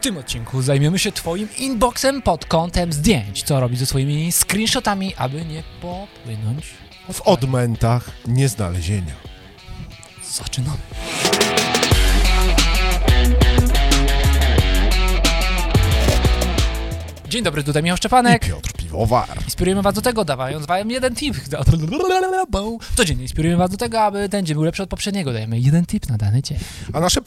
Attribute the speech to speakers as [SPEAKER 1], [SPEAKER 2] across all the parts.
[SPEAKER 1] tym odcinku zajmiemy się Twoim inboxem pod kątem zdjęć. Co robić ze swoimi screenshotami, aby nie popłynąć?
[SPEAKER 2] W odmętach nieznalezienia.
[SPEAKER 1] Zaczynamy. Dzień dobry, tutaj Michał
[SPEAKER 2] I
[SPEAKER 1] Szczepanek.
[SPEAKER 2] Piotr Piwowar.
[SPEAKER 1] Inspirujemy Was do tego, dawając Wam jeden tip. Codziennie inspirujemy Was do tego, aby ten dzień był lepszy od poprzedniego. Dajemy jeden tip na dany dzień.
[SPEAKER 2] A nasze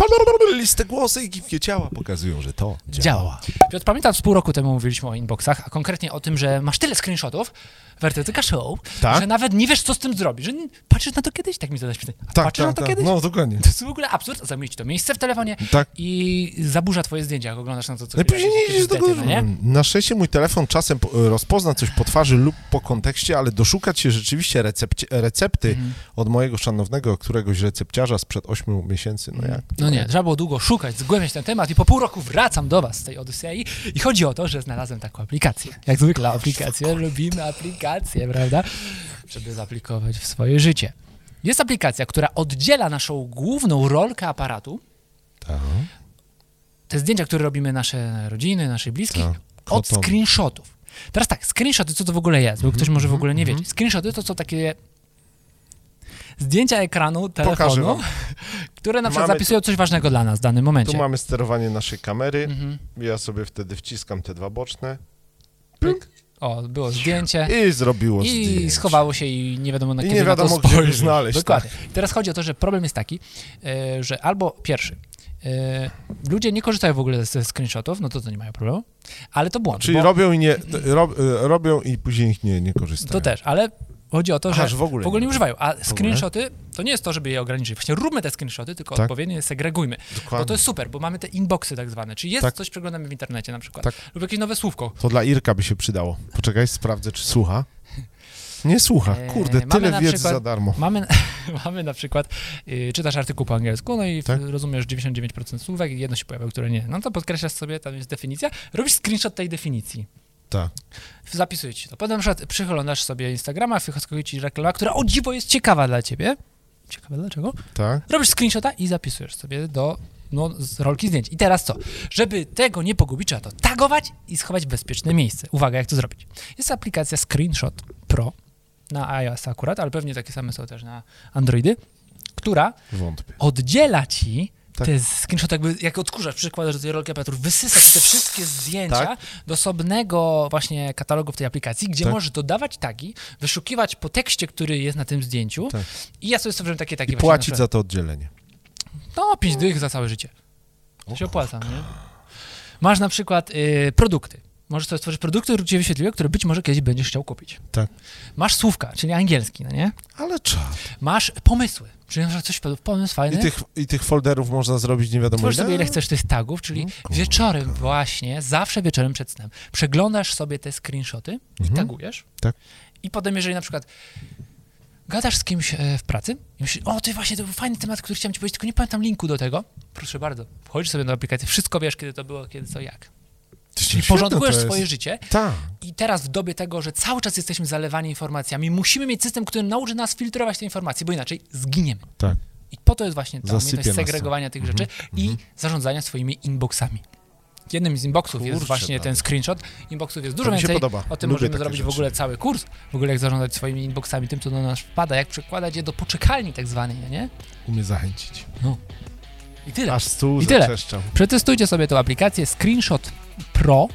[SPEAKER 2] listy głosy i gipkie ciała pokazują, że to działa.
[SPEAKER 1] działa. Piotr, pamiętam, z pół roku temu mówiliśmy o inboxach, a konkretnie o tym, że masz tyle screenshotów wertytyka show,
[SPEAKER 2] Tak.
[SPEAKER 1] że nawet nie wiesz, co z tym zrobisz. Że n- patrzysz na to kiedyś, tak mi zadać pytanie. A
[SPEAKER 2] Tak,
[SPEAKER 1] patrzysz
[SPEAKER 2] tak,
[SPEAKER 1] na to
[SPEAKER 2] tak.
[SPEAKER 1] kiedyś?
[SPEAKER 2] No, dokładnie.
[SPEAKER 1] To jest w ogóle absurd. Zamieść to miejsce w telefonie
[SPEAKER 2] Tak.
[SPEAKER 1] i zaburza twoje zdjęcia, jak oglądasz na to, co
[SPEAKER 2] Lepiej się
[SPEAKER 1] chwila,
[SPEAKER 2] nie
[SPEAKER 1] jakieś
[SPEAKER 2] idzie do
[SPEAKER 1] bzdety,
[SPEAKER 2] góry.
[SPEAKER 1] no nie?
[SPEAKER 2] Na szczęście mój telefon czasem po- rozpozna coś po twarzy lub po kontekście, ale doszukać się rzeczywiście recepci- recepty
[SPEAKER 1] Mhm.
[SPEAKER 2] od mojego szanownego któregoś recepciarza sprzed 8 miesięcy, no jak?
[SPEAKER 1] No nie, trzeba było długo szukać, zgłębiać ten temat i po pół roku wracam do was z tej Odysei i chodzi o to, że znalazłem taką aplikację. Jak zwykle aplikację, lubimy aplikację, prawda? Żeby zaaplikować w swoje życie. Jest aplikacja, która oddziela naszą główną rolkę aparatu,
[SPEAKER 2] Tak.
[SPEAKER 1] te zdjęcia, które robimy nasze rodziny, naszych bliskich,
[SPEAKER 2] Tak,
[SPEAKER 1] od
[SPEAKER 2] kotom.
[SPEAKER 1] screenshotów. Teraz tak, screenshoty, co to w ogóle jest,
[SPEAKER 2] Mhm,
[SPEAKER 1] bo ktoś może w ogóle nie wiedzieć. Screenshoty to są takie zdjęcia ekranu
[SPEAKER 2] Pokażę
[SPEAKER 1] telefonu,
[SPEAKER 2] wam.
[SPEAKER 1] które na przykład
[SPEAKER 2] Mamy
[SPEAKER 1] zapisują coś ważnego dla nas w danym momencie.
[SPEAKER 2] Tu mamy sterowanie naszej kamery.
[SPEAKER 1] Mhm.
[SPEAKER 2] Ja sobie wtedy wciskam te dwa boczne
[SPEAKER 1] Pyk. O, było zdjęcie.
[SPEAKER 2] i zrobiło
[SPEAKER 1] Tak. I
[SPEAKER 2] zdjęcie.
[SPEAKER 1] schowało się i nie wiadomo na
[SPEAKER 2] I
[SPEAKER 1] kiedy
[SPEAKER 2] nie
[SPEAKER 1] na
[SPEAKER 2] wiadomo,
[SPEAKER 1] to
[SPEAKER 2] gdzie
[SPEAKER 1] spojrzeć.
[SPEAKER 2] go znaleźć, tak.
[SPEAKER 1] Dokładnie. Teraz chodzi o to, że problem jest taki, e, że albo pierwszy, e, ludzie nie korzystają w ogóle ze screenshotów, no to to nie mają problemu, ale to błąd.
[SPEAKER 2] Czyli
[SPEAKER 1] bo
[SPEAKER 2] robią i nie, rob, robią i później ich nie, nie korzystają.
[SPEAKER 1] To też, ale chodzi o to,
[SPEAKER 2] Tak. Aha,
[SPEAKER 1] że
[SPEAKER 2] że w ogóle
[SPEAKER 1] nie
[SPEAKER 2] nie.
[SPEAKER 1] używają. A screenshoty to nie jest to, żeby je ograniczyć. Właśnie róbmy te screenshoty, tylko
[SPEAKER 2] Tak.
[SPEAKER 1] odpowiednio je segregujmy. Bo
[SPEAKER 2] Dokładnie.
[SPEAKER 1] to jest super, bo mamy te inboxy tak zwane. Czyli jest
[SPEAKER 2] Tak.
[SPEAKER 1] coś, przeglądamy w internecie na przykład.
[SPEAKER 2] Tak.
[SPEAKER 1] Lub jakieś nowe słówko.
[SPEAKER 2] To dla Irka by się przydało. Poczekaj, sprawdzę, czy słucha. Nie słucha.
[SPEAKER 1] Eee,
[SPEAKER 2] Kurde,
[SPEAKER 1] mamy na
[SPEAKER 2] tyle wiedzy
[SPEAKER 1] przykład-
[SPEAKER 2] za darmo.
[SPEAKER 1] Mamy, mamy na przykład, y, czytasz artykuł po angielsku, no i
[SPEAKER 2] Tak.
[SPEAKER 1] w- rozumiesz 99% słówek i jedno się pojawia, które nie. No to podkreślasz sobie, tam jest definicja, robisz screenshot tej definicji.
[SPEAKER 2] Tak.
[SPEAKER 1] Zapisuj ci to. Potem na przykład przychylonasz sobie Instagrama, wychodzi ci reklama, która o dziwo jest ciekawa dla ciebie. Ciekawe dlaczego?
[SPEAKER 2] Tak?
[SPEAKER 1] Robisz screenshota i zapisujesz sobie do no, z rolki zdjęć. I teraz co? Żeby tego nie pogubić, trzeba to tagować i schować w bezpieczne miejsce. Uwaga, jak to zrobić. Jest aplikacja Screenshot Pro na iOS akurat, ale pewnie takie same są też na Androidy, która
[SPEAKER 2] Wątpię.
[SPEAKER 1] oddziela ci
[SPEAKER 2] Tak.
[SPEAKER 1] te screenshot, jakby jak odkurzasz, przykładasz do tej rolki aparatu, wysysa ci te wszystkie zdjęcia
[SPEAKER 2] Tak.
[SPEAKER 1] do osobnego właśnie katalogu w tej aplikacji, gdzie
[SPEAKER 2] Tak.
[SPEAKER 1] możesz dodawać tagi, wyszukiwać po tekście, który jest na tym zdjęciu
[SPEAKER 2] Tak.
[SPEAKER 1] i ja sobie stworzyłem takie tagi.
[SPEAKER 2] I
[SPEAKER 1] właśnie na
[SPEAKER 2] płacić
[SPEAKER 1] przykład-
[SPEAKER 2] za to oddzielenie.
[SPEAKER 1] no, pięć dych za całe życie. To
[SPEAKER 2] O
[SPEAKER 1] się opłaca, nie? Masz na przykład y, produkty. Możesz sobie stworzyć produkty, które ci się wyświetliły, które być może kiedyś będziesz chciał kupić.
[SPEAKER 2] Tak.
[SPEAKER 1] Masz słówka, czyli angielski, no nie?
[SPEAKER 2] Ale czad.
[SPEAKER 1] Masz pomysły, czyli na przykład coś wpadł, pomysł
[SPEAKER 2] I
[SPEAKER 1] fajny.
[SPEAKER 2] tych, I tych folderów można zrobić nie wiadomo
[SPEAKER 1] Tworzysz sobie ile chcesz tych tagów, czyli
[SPEAKER 2] kurka.
[SPEAKER 1] wieczorem właśnie, zawsze wieczorem przed snem. Przeglądasz sobie te screenshoty i
[SPEAKER 2] Mhm.
[SPEAKER 1] tagujesz.
[SPEAKER 2] Tak.
[SPEAKER 1] I potem, jeżeli na przykład gadasz z kimś e, w pracy i myślisz, o ty właśnie, to był fajny temat, który chciałem ci powiedzieć, tylko nie pamiętam linku do tego. Proszę bardzo, wchodzisz sobie na aplikację, wszystko wiesz, kiedy to było, kiedy co, jak.
[SPEAKER 2] Czyli
[SPEAKER 1] Czyli porządkujesz swoje życie
[SPEAKER 2] Tak.
[SPEAKER 1] i teraz w dobie tego, że cały czas jesteśmy zalewani informacjami, musimy mieć system, który nauczy nas filtrować te informacje, bo inaczej zginiemy.
[SPEAKER 2] Tak.
[SPEAKER 1] I po to jest właśnie ta
[SPEAKER 2] Zasypia
[SPEAKER 1] umiejętność
[SPEAKER 2] nas to.
[SPEAKER 1] segregowania tych rzeczy i zarządzania swoimi inboxami. Jednym z inboxów jest
[SPEAKER 2] Kurczę,
[SPEAKER 1] właśnie ten
[SPEAKER 2] blady.
[SPEAKER 1] screenshot. Inboxów jest dużo
[SPEAKER 2] mi się
[SPEAKER 1] więcej.
[SPEAKER 2] podoba.
[SPEAKER 1] O tym
[SPEAKER 2] Lubię
[SPEAKER 1] możemy
[SPEAKER 2] takie
[SPEAKER 1] zrobić w
[SPEAKER 2] rzeczy.
[SPEAKER 1] ogóle cały kurs. W ogóle jak zarządzać swoimi inboxami, tym, co do nas wpada, jak przekładać je do poczekalni tak zwanej, no nie?
[SPEAKER 2] Umie zachęcić.
[SPEAKER 1] I tyle.
[SPEAKER 2] Aż stół
[SPEAKER 1] Tak. I tyle.
[SPEAKER 2] zatrzeszczał.
[SPEAKER 1] Przetestujcie sobie tą aplikację Screenshot Pro,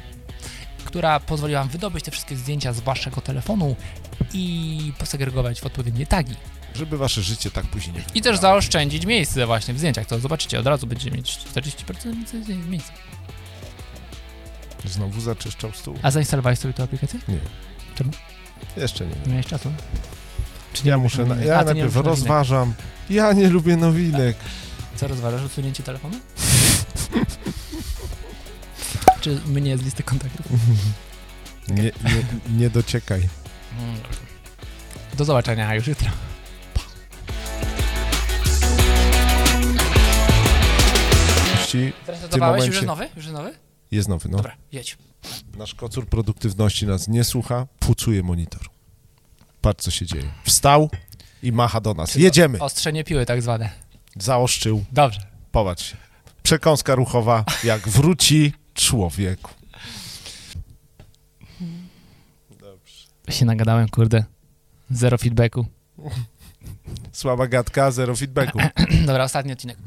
[SPEAKER 1] która pozwoli Wam wydobyć te wszystkie zdjęcia z Waszego telefonu i posegregować w odpowiednie tagi.
[SPEAKER 2] Żeby wasze życie tak później nie
[SPEAKER 1] I też zaoszczędzić miejsce właśnie w zdjęciach. To zobaczycie, od razu będziecie mieć 40% więcej zdjęć miejsc.
[SPEAKER 2] Znowu zaczyszczał stół?
[SPEAKER 1] A zainstalowałeś sobie tę aplikację?
[SPEAKER 2] Nie.
[SPEAKER 1] Czemu?
[SPEAKER 2] Jeszcze nie.
[SPEAKER 1] Nie miałeś czasu? Czy
[SPEAKER 2] Ja muszę, na,
[SPEAKER 1] nowinek?
[SPEAKER 2] ja
[SPEAKER 1] A, ty nie lubisz
[SPEAKER 2] najpierw
[SPEAKER 1] nowinek.
[SPEAKER 2] rozważam. Ja nie lubię nowinek.
[SPEAKER 1] Co rozważasz, usunięcie telefonu? Czy mnie z listy kontaktów?
[SPEAKER 2] Nie, nie, nie dociekaj.
[SPEAKER 1] Mm, Do zobaczenia już jutro.
[SPEAKER 2] Ci
[SPEAKER 1] Zresetowałeś? Już
[SPEAKER 2] momencie-
[SPEAKER 1] jest nowy? Już jest nowy?
[SPEAKER 2] Jest nowy, no.
[SPEAKER 1] Dobra, jedź.
[SPEAKER 2] Nasz kocur produktywności nas nie słucha, pucuje monitor. Patrz, co się dzieje. Wstał i macha do nas. Jedziemy!
[SPEAKER 1] Ostrzenie piły tak zwane.
[SPEAKER 2] Zaoszczył,
[SPEAKER 1] Dobrze.
[SPEAKER 2] popatrz. Przekąska ruchowa, jak wróci, Człowieku.
[SPEAKER 1] Się nagadałem, kurde. Zero feedbacku.
[SPEAKER 2] Słaba gadka, zero feedbacku.
[SPEAKER 1] Dobra, ostatni odcinek.